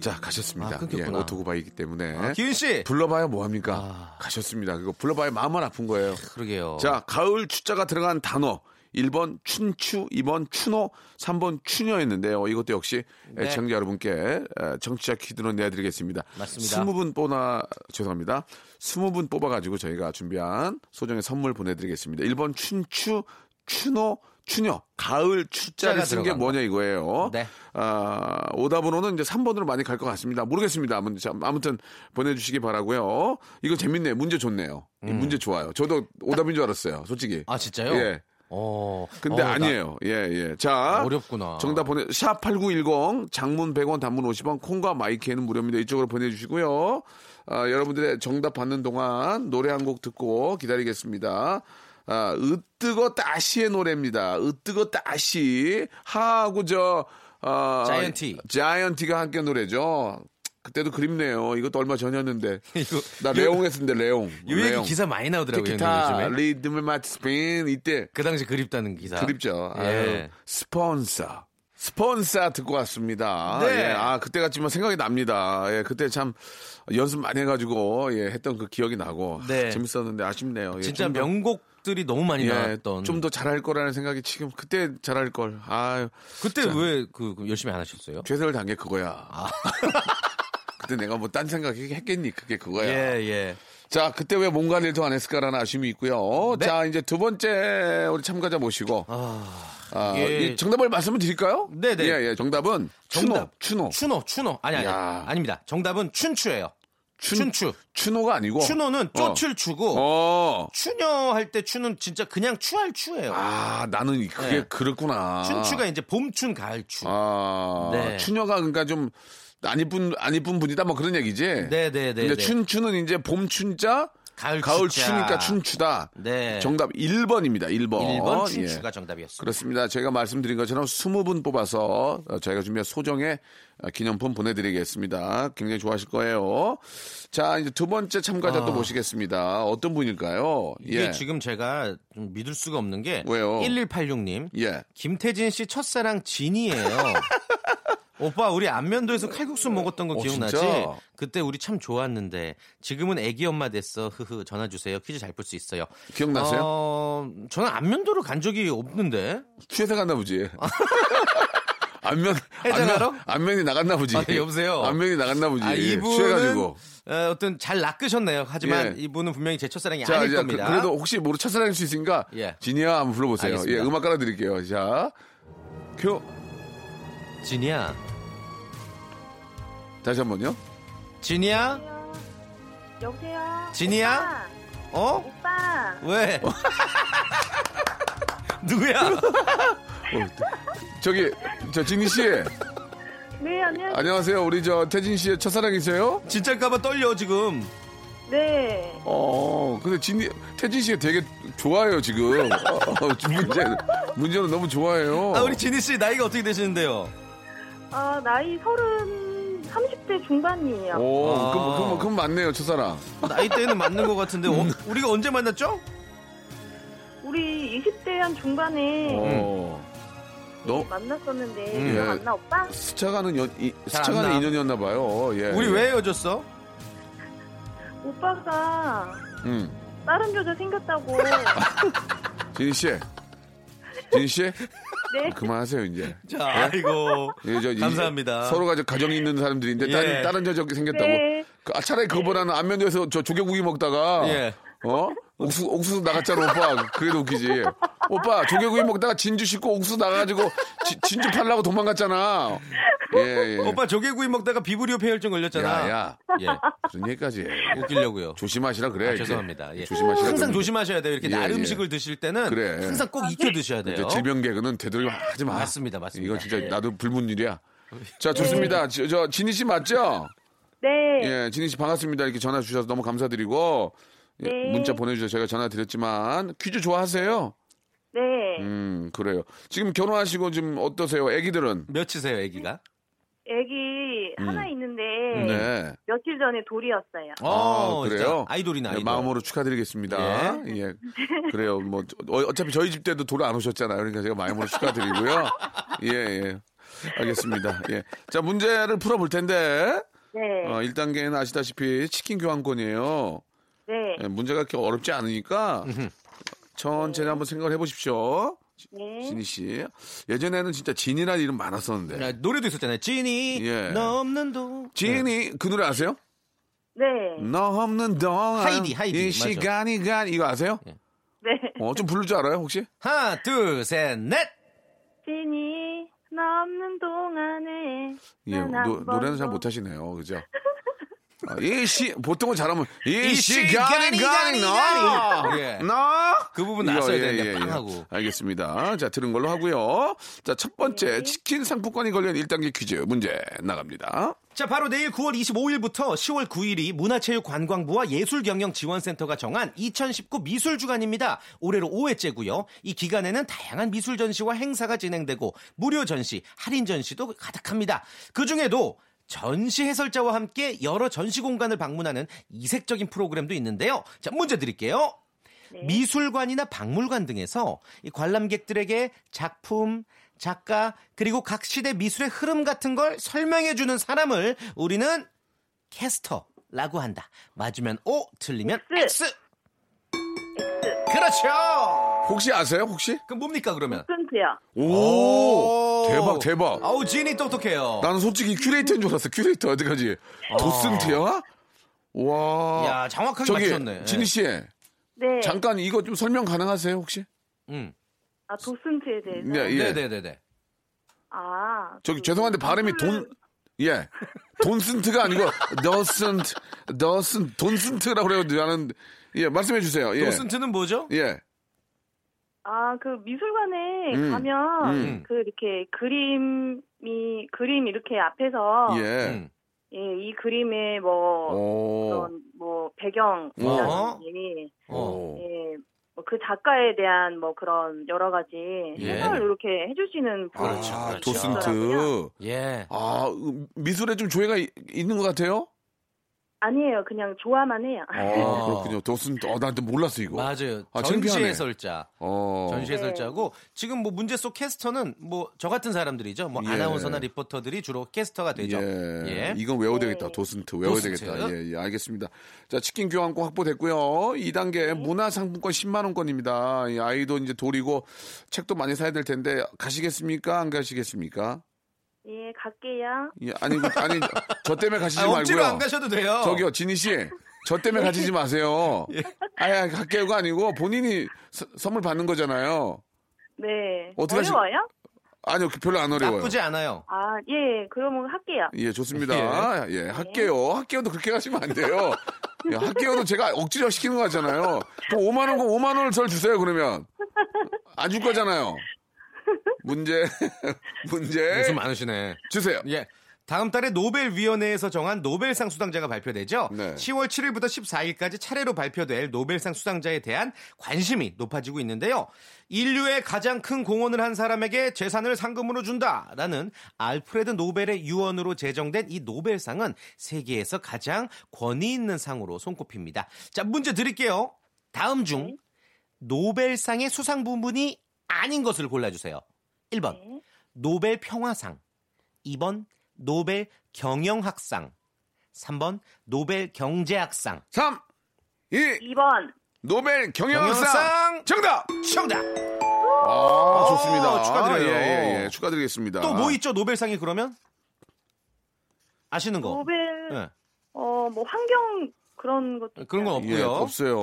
[SPEAKER 3] 자 가셨습니다. 예,
[SPEAKER 9] 아, 끊겼구나.
[SPEAKER 3] 오토고바이기 때문에
[SPEAKER 9] 아, 기훈 아. 씨.
[SPEAKER 3] 불러봐야 뭐합니까? 가셨습니다. 그거 불러봐야 마음만 아픈 거예요.
[SPEAKER 9] 그러게요.
[SPEAKER 3] 자 가을 추자가 들어간 단어 1번 춘추, 2번 추노, 3번 추녀였는데요. 이것도 역시 애청자 여러분께 에, 정치자 퀴즈로 내드리겠습니다.
[SPEAKER 9] 네. 맞습니다.
[SPEAKER 3] 20분 뽑아 죄송합니다. 20분 뽑아가지고 저희가 준비한 소정의 선물 보내드리겠습니다. 1번 춘추, 추노, 추녀, 가을 추자를
[SPEAKER 9] 추자가
[SPEAKER 3] 쓴 게
[SPEAKER 9] 들어간 거.
[SPEAKER 3] 뭐냐 이거예요.
[SPEAKER 9] 네.
[SPEAKER 3] 아, 오답으로는 이제 3번으로 많이 갈 것 같습니다. 모르겠습니다. 아무- 참, 아무튼 보내주시기 바라고요. 이거 재밌네. 문제 좋네요. 이 문제 좋아요. 저도 오답인 줄 알았어요. 솔직히.
[SPEAKER 9] 음. 아, 진짜요?
[SPEAKER 3] 예.
[SPEAKER 9] 어.
[SPEAKER 3] 근데
[SPEAKER 9] 어, 나-
[SPEAKER 3] 아니에요. 예, 예. 자.
[SPEAKER 9] 어렵구나.
[SPEAKER 3] 정답 보내, 샵8910, 장문 100원, 단문 50원, 콩과 마이크에는 무료입니다. 이쪽으로 보내주시고요. 아, 여러분들의 정답 받는 동안 노래 한 곡 듣고 기다리겠습니다. 아, 으뜨거 따시의 노래입니다. 으뜨거 따시. 하하고 저, 아,
[SPEAKER 9] 자이언티.
[SPEAKER 3] 자이언티가 함께 노래죠. 그때도 그립네요. 이것도 얼마 전이었는데.
[SPEAKER 9] 이거-
[SPEAKER 3] 나 레옹 했는데, 레옹.
[SPEAKER 9] 요 얘기
[SPEAKER 3] 레옹.
[SPEAKER 9] 기사 많이 나오더라고요. 형님,
[SPEAKER 3] 기타,
[SPEAKER 9] 요즘에.
[SPEAKER 3] 리듬을 마치스핀, 이때.
[SPEAKER 9] 그 당시 그립다는 기사.
[SPEAKER 3] 그립죠.
[SPEAKER 9] 예.
[SPEAKER 3] 아유, 스폰서. 스폰서 듣고 왔습니다.
[SPEAKER 9] 네.
[SPEAKER 3] 예, 아, 그때 같지만 생각이 납니다. 예, 그때 참 연습 많이 해가지고, 예, 했던 그 기억이 나고.
[SPEAKER 9] 네.
[SPEAKER 3] 아, 재밌었는데 아쉽네요. 예,
[SPEAKER 9] 진짜
[SPEAKER 3] 좀 더,
[SPEAKER 9] 명곡들이 너무 많이
[SPEAKER 3] 예,
[SPEAKER 9] 나왔던.
[SPEAKER 3] 좀 더 잘할 거라는 생각이 지금 그때 잘할 걸. 아
[SPEAKER 9] 그때 왜 그 열심히 안그 하셨어요?
[SPEAKER 3] 죄송을 당게 그거야. 그때 내가 뭐 딴 생각 했겠니? 그게 그거야.
[SPEAKER 9] 예, 예.
[SPEAKER 3] 자, 그때 왜 뭔가를 더 안 했을까라는 아쉬움이 있고요.
[SPEAKER 9] 네. 어.
[SPEAKER 3] 자, 이제 두 번째 우리 참가자 모시고. 아,
[SPEAKER 9] 예.
[SPEAKER 3] 이 정답을 말씀을 드릴까요?
[SPEAKER 9] 네네.
[SPEAKER 3] 예, 예. 정답은
[SPEAKER 9] 정답.
[SPEAKER 3] 추노. 추노.
[SPEAKER 9] 추노, 추노. 아니, 아니.
[SPEAKER 3] 어. 야.
[SPEAKER 9] 아닙니다. 정답은 춘추예요.
[SPEAKER 3] 춘-
[SPEAKER 9] 춘추.
[SPEAKER 3] 추노가 아니고.
[SPEAKER 9] 추노는
[SPEAKER 3] 어.
[SPEAKER 9] 쫓을 추고
[SPEAKER 3] 어.
[SPEAKER 9] 추녀 할 때 추는 진짜 그냥 추할 추예요.
[SPEAKER 3] 아, 나는 그게
[SPEAKER 9] 네.
[SPEAKER 3] 그렇구나.
[SPEAKER 9] 춘추가 이제 봄춘 가을추.
[SPEAKER 3] 아,
[SPEAKER 9] 네.
[SPEAKER 3] 추녀가 그러니까 좀 안 이쁜 안 이쁜 분이다 뭐 그런 얘기지.
[SPEAKER 9] 네, 네, 네,
[SPEAKER 3] 근데
[SPEAKER 9] 네.
[SPEAKER 3] 춘추는 이제 봄 춘자,
[SPEAKER 9] 가을
[SPEAKER 3] 가을
[SPEAKER 9] 추자.
[SPEAKER 3] 추니까 춘추다.
[SPEAKER 9] 네.
[SPEAKER 3] 정답 1번입니다. 1번.
[SPEAKER 9] 1번 춘추가 정답이었습니다.
[SPEAKER 3] 예. 그렇습니다. 저희가 말씀드린 것처럼 20분 뽑아서 어, 저희가 준비한 소정의 어, 기념품 보내드리겠습니다. 굉장히 좋아하실 거예요. 자, 이제 두 번째 참가자 또 모시겠습니다. 어떤 분일까요?
[SPEAKER 9] 아.
[SPEAKER 3] 예.
[SPEAKER 9] 이게 지금 제가 좀 믿을 수가 없는 게
[SPEAKER 3] 왜요?
[SPEAKER 9] 1186님
[SPEAKER 3] 예.
[SPEAKER 9] 김태진 씨 첫사랑 진이에요. 오빠 우리 안면도에서 칼국수 먹었던 거
[SPEAKER 3] 어,
[SPEAKER 9] 기억나지?
[SPEAKER 3] 진짜?
[SPEAKER 9] 그때 우리 참 좋았는데 지금은 애기 엄마 됐어. 흐흐 전화 주세요. 퀴즈 잘 풀 수 있어요.
[SPEAKER 3] 기억나세요?
[SPEAKER 9] 어, 저는 안면도로 간 적이 없는데.
[SPEAKER 3] 취해서 갔나 보지. 안면
[SPEAKER 9] 해장하러?
[SPEAKER 3] 안면, 안면이 나갔나 보지.
[SPEAKER 9] 아, 여보세요?
[SPEAKER 3] 안면이 나갔나 보지. 예,
[SPEAKER 9] 아, 이분은
[SPEAKER 3] 취해가지고.
[SPEAKER 9] 어, 떤잘 낚으셨네요. 하지만
[SPEAKER 3] 예.
[SPEAKER 9] 이분은 분명히 제 첫사랑이
[SPEAKER 3] 자,
[SPEAKER 9] 아닐
[SPEAKER 3] 이제 그,
[SPEAKER 9] 겁니다.
[SPEAKER 3] 래도 혹시 모르 첫사랑일 수 있으니까
[SPEAKER 9] 예.
[SPEAKER 3] 지니야 한번 불러보세요.
[SPEAKER 9] 알겠습니다.
[SPEAKER 3] 예, 음악 깔아드릴게요. 자, 큐
[SPEAKER 9] 진이야,
[SPEAKER 3] 다시 한번요.
[SPEAKER 9] 진이야,
[SPEAKER 6] 여보세요.
[SPEAKER 9] 진이야? 어?
[SPEAKER 6] 오빠. 오빠.
[SPEAKER 9] 왜? 누구야?
[SPEAKER 3] 저기 저 진희 씨
[SPEAKER 6] 네 안녕.
[SPEAKER 3] 안녕하세요. 우리 저 태진 씨의 첫사랑이세요?
[SPEAKER 9] 진짜일까봐 떨려 지금.
[SPEAKER 6] 네.
[SPEAKER 3] 어, 근데 진희 태진 씨가 되게 좋아요 지금. 어, 어, 문제 문제는 너무 좋아해요.
[SPEAKER 9] 아 우리 진희 씨 나이가 어떻게 되시는데요?
[SPEAKER 6] 아 나이 서른 30대 중반이에요.
[SPEAKER 3] 오,
[SPEAKER 9] 아.
[SPEAKER 3] 어, 그럼 그럼 그럼 맞네요 첫사랑.
[SPEAKER 9] 나이 대는 맞는 것 같은데 어, 우리가 언제 만났죠?
[SPEAKER 6] 우리 20대 한 중반에
[SPEAKER 3] 어. 너
[SPEAKER 6] 만났었는데
[SPEAKER 9] 음.
[SPEAKER 6] 기억
[SPEAKER 3] 예.
[SPEAKER 6] 안 나 오빠?
[SPEAKER 3] 스쳐가는 연, 이,
[SPEAKER 9] 잘안
[SPEAKER 3] 스쳐가는
[SPEAKER 9] 나.
[SPEAKER 3] 인연이었나 봐요. 예.
[SPEAKER 9] 우리
[SPEAKER 3] 예.
[SPEAKER 9] 왜 헤어졌어?
[SPEAKER 6] 오빠가
[SPEAKER 3] 음.
[SPEAKER 6] 다른 여자 생겼다고.
[SPEAKER 3] 진 씨. 진 씨.
[SPEAKER 6] 네.
[SPEAKER 3] 그만하세요 이제.
[SPEAKER 9] 자, 아이고.
[SPEAKER 3] 예, 저 이-
[SPEAKER 9] 감사합니다.
[SPEAKER 3] 서로가 저 가정이 있는 사람들인데 다른
[SPEAKER 9] 예.
[SPEAKER 3] 다른 저기 생겼다고.
[SPEAKER 6] 네.
[SPEAKER 3] 그- 아, 차라리 그거보다는 안면도에서 저 조개구이 먹다가
[SPEAKER 9] 예.
[SPEAKER 3] 어 옥수 옥수수 나갔잖아 오빠. 그게 더 웃기지. 오빠 조개구이 먹다가 진주 씻고 옥수수 나가지고 지- 진주 팔라고 도망갔잖아. 예. 예.
[SPEAKER 9] 오빠 조개구이 먹다가 비브리오 폐혈증
[SPEAKER 3] 야,
[SPEAKER 9] 걸렸잖아.
[SPEAKER 3] 야.
[SPEAKER 9] 예.
[SPEAKER 3] 무슨 얘기까지 해.
[SPEAKER 9] 웃기려고요.
[SPEAKER 3] 조심하시라 그래.
[SPEAKER 9] 아,
[SPEAKER 3] 이렇게.
[SPEAKER 9] 죄송합니다. 예.
[SPEAKER 3] 조심하시라.
[SPEAKER 9] 항상
[SPEAKER 3] 그러는데.
[SPEAKER 9] 조심하셔야 돼요. 이렇게
[SPEAKER 3] 예,
[SPEAKER 9] 날
[SPEAKER 3] 예.
[SPEAKER 9] 음식을 드실 때는
[SPEAKER 3] 그래.
[SPEAKER 9] 항상 꼭 익혀 드셔야 돼요. 아,
[SPEAKER 3] 이제 질병 개그는 되도록 하지 마.
[SPEAKER 9] 맞습니다, 맞습니다. 예.
[SPEAKER 3] 이건 진짜 나도 불문 일이야. 자, 좋습니다. 저, 저 진희 씨 맞죠?
[SPEAKER 6] 네.
[SPEAKER 3] 예, 진희 씨 반갑습니다. 이렇게 전화 주셔서 너무 감사드리고 예,
[SPEAKER 6] 네.
[SPEAKER 3] 문자 보내주셔서 제가 전화 드렸지만 퀴즈 좋아하세요?
[SPEAKER 6] 네.
[SPEAKER 3] 음, 그래요. 지금 결혼하시고 지금 어떠세요? 아기들은?
[SPEAKER 9] 몇이세요, 아기가?
[SPEAKER 6] 애기 하나 있는데
[SPEAKER 3] 음. 네.
[SPEAKER 6] 며칠 전에 돌이었어요.
[SPEAKER 9] 어,
[SPEAKER 3] 아,
[SPEAKER 9] 진짜
[SPEAKER 3] 그래요?
[SPEAKER 9] 아이돌이나 아이돌.
[SPEAKER 3] 네, 마음으로 축하드리겠습니다. 예. 그래요. 뭐 어, 어차피 저희 집 때도 돌아 안 오셨잖아요. 그러니까 제가 마음으로 축하드리고요. 예, 예. 알겠습니다. 예. 자, 문제를 풀어 볼 텐데.
[SPEAKER 6] 네.
[SPEAKER 3] 어, 1단계는 아시다시피 치킨 교환권이에요.
[SPEAKER 6] 네.
[SPEAKER 3] 예, 문제가 그렇게 어렵지 않으니까 천천히 한번 생각을 해 보십시오.
[SPEAKER 6] 네.
[SPEAKER 3] 진희 씨. 예전에는 진짜 진이라는 이름 많았었는데.
[SPEAKER 9] 야, 노래도 있었잖아요. 진이
[SPEAKER 3] 예.
[SPEAKER 9] 너 없는 예. 도.
[SPEAKER 3] 진이 그 노래 아세요?
[SPEAKER 6] 네.
[SPEAKER 3] 너 없는 동안
[SPEAKER 9] 하이디, 하이디,
[SPEAKER 3] 이
[SPEAKER 9] 맞아.
[SPEAKER 3] 시간이 간 이거 아세요?
[SPEAKER 6] 네.
[SPEAKER 3] 어, 좀 부를 줄 알아요, 혹시?
[SPEAKER 9] 하나, 둘, 셋, 넷.
[SPEAKER 6] 진이 남는 동안에
[SPEAKER 3] 예,
[SPEAKER 6] 난한
[SPEAKER 3] 노, 노래는 잘
[SPEAKER 6] 번도-
[SPEAKER 3] 못하시네요, 그죠? 아, 이 시, 보통은 잘하면, 이
[SPEAKER 9] 이
[SPEAKER 3] 시간이
[SPEAKER 9] 시간이
[SPEAKER 3] 가니,
[SPEAKER 9] 가니.
[SPEAKER 3] 나!
[SPEAKER 9] 예.
[SPEAKER 3] 나!
[SPEAKER 9] 그 부분
[SPEAKER 3] 이거,
[SPEAKER 9] 나왔어야
[SPEAKER 3] 예,
[SPEAKER 9] 되는데
[SPEAKER 3] 예, 예.
[SPEAKER 9] 빵 하고.
[SPEAKER 3] 알겠습니다. 자, 들은 걸로 하고요. 자, 첫
[SPEAKER 6] 네.
[SPEAKER 3] 번째, 치킨 상품권이 걸린 1단계 퀴즈 문제 나갑니다.
[SPEAKER 9] 자, 바로 내일 9월 25일부터 10월 9일이 문화체육관광부와 예술경영지원센터가 정한 2019 미술주간입니다. 올해로 5회째고요. 이 기간에는 다양한 미술 전시와 행사가 진행되고 무료 전시, 할인 전시도 가득합니다. 그 중에도 전시 해설자와 함께 여러 전시 공간을 방문하는 이색적인 프로그램도 있는데요. 자, 문제 드릴게요. 네. 미술관이나 박물관 등에서 이 관람객들에게 작품, 작가, 그리고 각 시대 미술의 흐름 같은 걸 설명해주는 사람을 우리는 캐스터라고 한다. 맞으면 O, 틀리면 X.
[SPEAKER 6] X.
[SPEAKER 9] 그렇죠!
[SPEAKER 3] 혹시 아세요, 혹시?
[SPEAKER 9] 그럼 뭡니까, 그러면?
[SPEAKER 6] 끈 핑크요.
[SPEAKER 3] 오, 대박, 대박.
[SPEAKER 9] 아우 지니 똑똑해요.
[SPEAKER 3] 나는 솔직히 큐레이터인 줄 알았어. 큐레이터 어디까지? 도슨트야? 와.
[SPEAKER 9] 아. 야, 정확하게
[SPEAKER 3] 저기
[SPEAKER 9] 맞췄네.
[SPEAKER 3] 진희 씨
[SPEAKER 6] 네.
[SPEAKER 3] 잠깐 이거 좀 설명 가능하세요 혹시?
[SPEAKER 9] 음.
[SPEAKER 6] 아 도슨트에 대해서.
[SPEAKER 3] 네, 예.
[SPEAKER 9] 네네네네.
[SPEAKER 6] 아.
[SPEAKER 3] 저기
[SPEAKER 6] 그-
[SPEAKER 3] 죄송한데 발음이 돈 예. 돈슨트가 아니고 더슨트 더슨 돈슨트라고 그래요. 나는 예 말씀해 주세요. 예.
[SPEAKER 9] 도슨트는 뭐죠?
[SPEAKER 3] 예.
[SPEAKER 6] 아, 그 미술관에
[SPEAKER 3] 음,
[SPEAKER 6] 가면
[SPEAKER 3] 음.
[SPEAKER 6] 그 이렇게 그림이 그림 이렇게 앞에서 예,
[SPEAKER 3] 예.
[SPEAKER 9] 음.
[SPEAKER 6] 이 그림의 뭐
[SPEAKER 3] 오.
[SPEAKER 6] 어떤 뭐
[SPEAKER 3] 어.
[SPEAKER 6] 배경이라든지
[SPEAKER 9] 어.
[SPEAKER 3] 오.
[SPEAKER 6] 예, 뭐그 작가에 대한 뭐 그런 여러 가지 해설을 이렇게 해주시는 분이
[SPEAKER 3] 예. 아,
[SPEAKER 9] 그렇죠,
[SPEAKER 6] 있더라고요.
[SPEAKER 3] 도슨트.
[SPEAKER 9] 예.
[SPEAKER 3] 아, 음, 미술에 좀 조예가 이- 있는 것 같아요?
[SPEAKER 6] 아니에요, 그냥 좋아만 해요.
[SPEAKER 3] 아, 그렇군요. 도슨트. 어, 나한테 몰랐어, 이거.
[SPEAKER 9] 맞아요.
[SPEAKER 3] 아,
[SPEAKER 9] 전시
[SPEAKER 3] 창피하네.
[SPEAKER 9] 해설자.
[SPEAKER 3] 어.
[SPEAKER 9] 전시
[SPEAKER 6] 네.
[SPEAKER 9] 해설자고 지금 뭐 문제 속 캐스터는 뭐 저 같은 사람들이죠. 뭐
[SPEAKER 3] 예.
[SPEAKER 9] 아나운서나 리포터들이 주로 캐스터가 되죠.
[SPEAKER 3] 예.
[SPEAKER 9] 예.
[SPEAKER 3] 이건 외워야 되겠다. 도슨트 외워야
[SPEAKER 9] 도슨트.
[SPEAKER 3] 되겠다. 예, 예, 알겠습니다. 자, 치킨 교환권 확보됐고요. 2단계 문화상품권 10만 원권입니다. 이 아이도 이제 돌이고 책도 많이 사야 될 텐데 가시겠습니까? 안 가시겠습니까?
[SPEAKER 6] 예, 갈게요.
[SPEAKER 3] 예, 아니 그- 아니 저 때문에 가시지
[SPEAKER 9] 아, 억지로
[SPEAKER 3] 말고요.
[SPEAKER 9] 안 가셔도 돼요.
[SPEAKER 3] 저기요, 진희 씨. 저 때문에 가시지 마세요.
[SPEAKER 9] 예.
[SPEAKER 3] 아야, 갈게요가 아니고 본인이 서- 선물 받는 거잖아요.
[SPEAKER 6] 네.
[SPEAKER 3] 어떻게 하시-
[SPEAKER 6] 어려워요?
[SPEAKER 3] 아니요, 그 별로 안 어려워요.
[SPEAKER 9] 나쁘지 않아요.
[SPEAKER 6] 아, 예, 그러면 할게요.
[SPEAKER 3] 예, 좋습니다. 예, 할게요. 할게요도 그렇게 가시면 안 돼요. 예, 할게요도 제가 억지로 시키는 거 같잖아요. 그럼 5만 원거 5만 원을 절 주세요, 그러면. 안 줄 거잖아요. 문제, 문제.
[SPEAKER 9] 웃음 많으시네.
[SPEAKER 3] 주세요.
[SPEAKER 9] 예. 다음 달에 노벨위원회에서 정한 노벨상 수상자가 발표되죠.
[SPEAKER 3] 네.
[SPEAKER 9] 10월 7일부터 14일까지 차례로 발표될 노벨상 수상자에 대한 관심이 높아지고 있는데요. 인류에 가장 큰 공헌을 한 사람에게 재산을 상금으로 준다라는 알프레드 노벨의 유언으로 제정된 이 노벨상은 세계에서 가장 권위 있는 상으로 손꼽힙니다. 자, 문제 드릴게요. 다음 중 노벨상의 수상 부분이 아닌 것을 골라주세요. 1번 노벨 평화상 2번 노벨 경영학상 3번 노벨 경제학상
[SPEAKER 3] 3, 2,
[SPEAKER 6] 2번.
[SPEAKER 3] 노벨 경영상.
[SPEAKER 9] 경영상!
[SPEAKER 3] 정답!
[SPEAKER 9] 정답
[SPEAKER 3] 아, 좋습니다.
[SPEAKER 9] 축하드려요.
[SPEAKER 3] 예, 예, 예. 축하드리겠습니다.
[SPEAKER 9] 또 뭐 있죠 노벨상이 그러면 아시는 거
[SPEAKER 6] 노벨,
[SPEAKER 3] 네.
[SPEAKER 9] 예.
[SPEAKER 6] 어, 뭐, 환경 그런 것도.
[SPEAKER 9] 그런 건 없고요
[SPEAKER 3] 예, 없어요.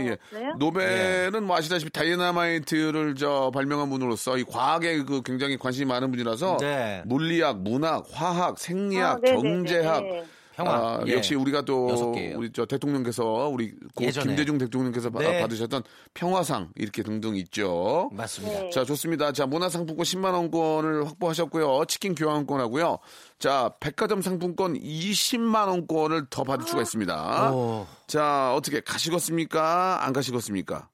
[SPEAKER 3] 예.
[SPEAKER 6] 없어요?
[SPEAKER 3] 노벨은 뭐 아시다시피 다이나마이트를 저 발명한 분으로서 이 과학에 그 굉장히 관심이 많은 분이라서
[SPEAKER 9] 네.
[SPEAKER 3] 아, 물리학, 문학, 화학, 생리학,
[SPEAKER 6] 아, 네, 네, 네,
[SPEAKER 3] 경제학.
[SPEAKER 6] 네.
[SPEAKER 9] 평화
[SPEAKER 3] 아,
[SPEAKER 9] 예.
[SPEAKER 3] 역시 우리가
[SPEAKER 9] 여섯
[SPEAKER 3] 또
[SPEAKER 9] 개예요.
[SPEAKER 3] 우리 저 대통령께서 우리 고
[SPEAKER 9] 예전에.
[SPEAKER 3] 김대중 대통령께서 받-
[SPEAKER 9] 네.
[SPEAKER 3] 받으셨던 평화상 이렇게 등등 있죠.
[SPEAKER 6] 네.
[SPEAKER 9] 맞습니다
[SPEAKER 3] 자, 좋습니다. 자, 문화상품권 10만 원권을 확보하셨고요. 치킨 교환권 하고요. 자, 백화점 상품권 20만 원권을 더 받을 수가 있습니다.
[SPEAKER 9] 오.
[SPEAKER 3] 자, 어떻게 가시겠습니까? 안 가시겠습니까?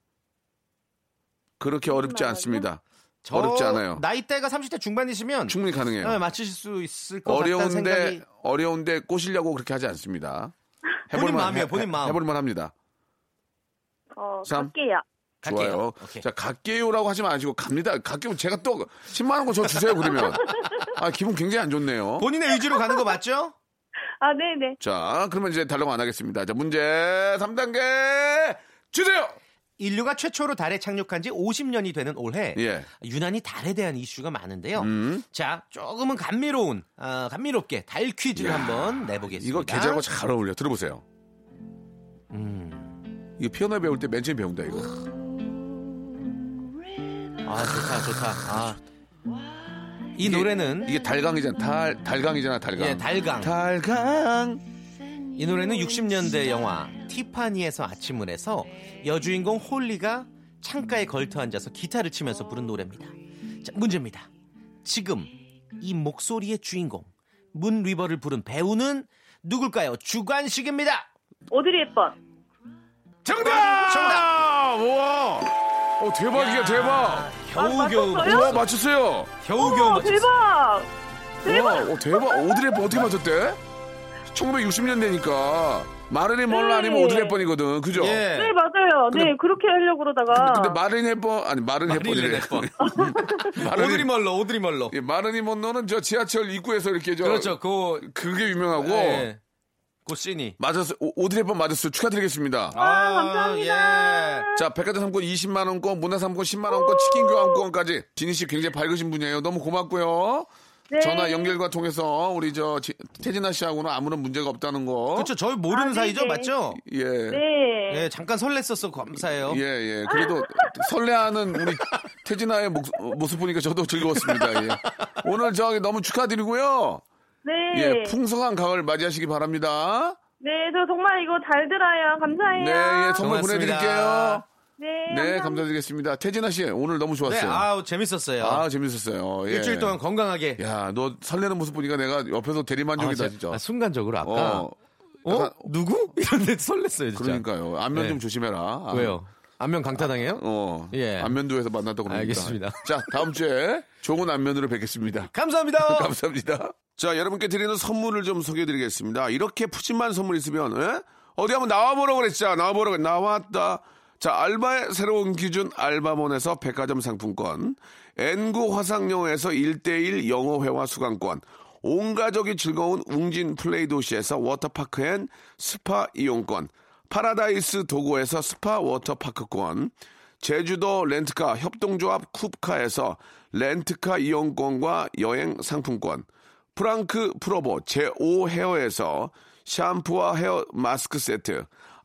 [SPEAKER 3] 그렇게 어렵지 않습니다.
[SPEAKER 9] 저
[SPEAKER 3] 어렵지 않아요.
[SPEAKER 9] 나이대가 30대 중반이시면
[SPEAKER 3] 충분히 가능해요.
[SPEAKER 9] 예, 맞추실 수 있을 것 같다는
[SPEAKER 3] 어려운데
[SPEAKER 9] 생각이
[SPEAKER 3] 어려운데 꼬시려고 그렇게 하지 않습니다.
[SPEAKER 9] 본인
[SPEAKER 3] 해볼만-
[SPEAKER 9] 마음이에요,
[SPEAKER 3] 해-
[SPEAKER 9] 본인 마음.
[SPEAKER 3] 해볼만 합니다.
[SPEAKER 6] 어,
[SPEAKER 3] 삼.
[SPEAKER 6] 갈게요.
[SPEAKER 9] 갈게요.
[SPEAKER 3] 좋아요.
[SPEAKER 9] 오케이.
[SPEAKER 3] 자, 갈게요라고 하지 마시고 갑니다. 갈게요. 제가 또 10만 원권 저 주세요 그러면. 아, 기분 굉장히 안 좋네요.
[SPEAKER 9] 본인의 의지로 가는 거 맞죠?
[SPEAKER 6] 아, 네네.
[SPEAKER 3] 자, 그러면 이제 달라고 안 하겠습니다. 자, 문제 3단계 주세요.
[SPEAKER 9] 인류가 최초로 달에 착륙한 지 50년이 되는 올해
[SPEAKER 3] 예.
[SPEAKER 9] 유난히 달에 대한 이슈가 많은데요.
[SPEAKER 3] 음.
[SPEAKER 9] 자, 조금은 감미로운 아, 감미롭게 달 퀴즈를 한번 내보겠습니다.
[SPEAKER 3] 이거 계절하고 잘 어울려. 들어보세요.
[SPEAKER 9] 음.
[SPEAKER 3] 이거 피아노 배울 때 맨 처음 배운다 이거.
[SPEAKER 9] 아, 좋다, 좋다. 아. 이 노래는
[SPEAKER 3] 이게 달강이잖아. 달 달강이잖아. 달강.
[SPEAKER 9] 예, 달강.
[SPEAKER 3] 달강.
[SPEAKER 9] 이 노래는 60년대 영화 티파니에서 아침을 해서 여주인공 홀리가 창가에 걸터 앉아서 기타를 치면서 부른 노래입니다. 자, 문제입니다. 지금 이 목소리의 주인공 문 리버를 부른 배우는 누굴까요? 주관식입니다.
[SPEAKER 6] 오드리 헵번.
[SPEAKER 3] 정답! 정답! 우와! 어 대박이야 대박.
[SPEAKER 9] 겨우 겨우
[SPEAKER 6] 아, 맞췄어요?
[SPEAKER 3] 우와 맞췄어요.
[SPEAKER 9] 겨우 겨우
[SPEAKER 6] 어, 대박!
[SPEAKER 3] 우와, 어, 대박. 오드레 헵번 어떻게 맞췄대? 1960년대니까 마르린 몰라 아니면
[SPEAKER 6] 네.
[SPEAKER 3] 오드레 헵번이거든. 그죠?
[SPEAKER 6] 네,
[SPEAKER 9] 예.
[SPEAKER 6] 맞아요.
[SPEAKER 3] 근데-
[SPEAKER 6] 네, 그렇게 하려고 그러다가.
[SPEAKER 3] 근데 마르린 헵번 아니 마르린 헵번이래. 아, 네.
[SPEAKER 9] 오드리 멀러 오드리 멀러.
[SPEAKER 3] 예, 마르니 먼노는 저 지하철 입구에서 이렇게 저
[SPEAKER 9] 그렇죠. 그
[SPEAKER 3] 그게 유명하고
[SPEAKER 9] 그렇죠. 예. 고시니.
[SPEAKER 3] 맞았어요. 오- 오드리 헵번 맞았어요. 축하드리겠습니다.
[SPEAKER 9] 아,
[SPEAKER 6] 감사합니다.
[SPEAKER 9] 예.
[SPEAKER 3] 자, 백화점 상권 20만 원권, 문화 상권 10만 원권, 치킨 교환권까지. 진희 씨 굉장히 밝으신 분이에요. 너무 고맙고요.
[SPEAKER 6] 네.
[SPEAKER 3] 전화 연결과 통해서 우리 저 지- 태진아 씨하고는 아무런 문제가 없다는 거.
[SPEAKER 9] 그렇죠. 저희 모르는
[SPEAKER 6] 아, 네,
[SPEAKER 9] 사이죠,
[SPEAKER 6] 네.
[SPEAKER 9] 맞죠?
[SPEAKER 3] 예.
[SPEAKER 6] 네.
[SPEAKER 9] 예, 잠깐 설렜었어. 감사해요. 네,
[SPEAKER 3] 예, 예. 그래도 설레하는 우리 태진아의 목, 모습 보니까 저도 즐거웠습니다. 예. 오늘 저기 너무 축하드리고요.
[SPEAKER 6] 네.
[SPEAKER 3] 예, 풍성한 가을 맞이하시기 바랍니다.
[SPEAKER 6] 네, 저 정말 이거 잘 들어요. 감사해요.
[SPEAKER 3] 네, 예, 선물
[SPEAKER 9] 고맙습니다.
[SPEAKER 3] 보내드릴게요.
[SPEAKER 6] 네,
[SPEAKER 3] 네,
[SPEAKER 6] 감사합니다.
[SPEAKER 3] 감사드리겠습니다. 태진아 씨, 오늘 너무
[SPEAKER 9] 네,
[SPEAKER 3] 좋았어요.
[SPEAKER 9] 아우 재밌었어요.
[SPEAKER 3] 아, 재밌었어요. 예.
[SPEAKER 9] 일주일 동안 건강하게.
[SPEAKER 3] 야, 너 설레는 모습 보니까 내가 옆에서 대리만족이다,
[SPEAKER 9] 아,
[SPEAKER 3] 진짜.
[SPEAKER 9] 아, 순간적으로 아까
[SPEAKER 3] 어,
[SPEAKER 9] 어?
[SPEAKER 3] 약간-
[SPEAKER 9] 누구? 이런데 설렜어요, 진짜.
[SPEAKER 3] 그러니까요. 안면
[SPEAKER 9] 네.
[SPEAKER 3] 좀 조심해라. 아,
[SPEAKER 9] 왜요? 안면 강타당해요?
[SPEAKER 3] 어,
[SPEAKER 9] 예.
[SPEAKER 3] 안면도에서 만났다고 그러니까.
[SPEAKER 9] 알겠습니다.
[SPEAKER 3] 자, 다음 주에 좋은 안면으로 뵙겠습니다.
[SPEAKER 9] 감사합니다.
[SPEAKER 3] 감사합니다. 자, 여러분께 드리는 선물을 좀 소개해 드리겠습니다. 이렇게 푸짐한 선물 있으면, 에? 어디 한번 나와보라고 그랬죠? 나와보라고. 나왔다. 자, 알바의 새로운 기준 알바몬에서 백화점 상품권, N구 화상영어에서 1대1 영어회화 수강권, 온 가족이 즐거운 웅진 플레이 도시에서 워터파크 앤 스파 이용권, 파라다이스 도고에서 스파 워터파크권, 제주도 렌트카 협동조합 쿱카에서 렌트카 이용권과 여행 상품권, 프랑크 프로보 제5 헤어에서 샴푸와 헤어 마스크 세트,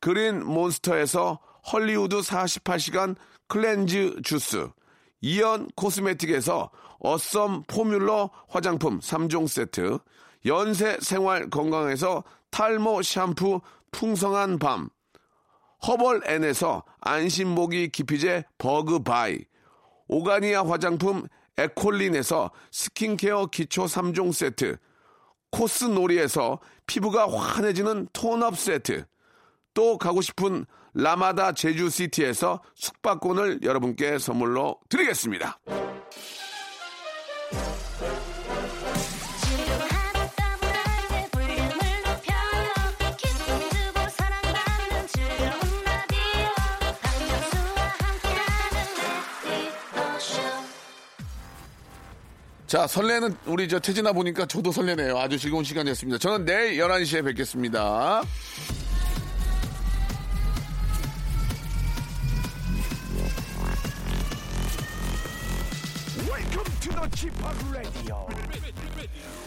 [SPEAKER 3] 그린 몬스터에서 헐리우드 48시간 클렌즈 주스, 이연 코스메틱에서 어썸 포뮬러 화장품 3종 세트, 연세 생활 건강에서 탈모 샴푸 풍성한 밤, 허벌앤에서 안심모기 기피제 버그바이, 오가니아 화장품 에콜린에서 스킨케어 기초 3종 세트, 코스놀이에서 피부가 환해지는 톤업 세트, 또 가고 싶은 라마다 제주시티에서 숙박권을 여러분께 선물로 드리겠습니다.
[SPEAKER 10] 지루하고 따분할 때 볼륨을 높여요 기쁨 주고 사랑받는 즐거운 라디오 박명수와 함께하는 레디오 쇼
[SPEAKER 3] 자, 설레는 우리 저 태진아 보니까 저도 설레네요. 아주 즐거운 시간이었습니다. 저는 내일 11시에 뵙겠습니다.
[SPEAKER 1] Welcome to the Chipak Radio.
[SPEAKER 2] ready, ready.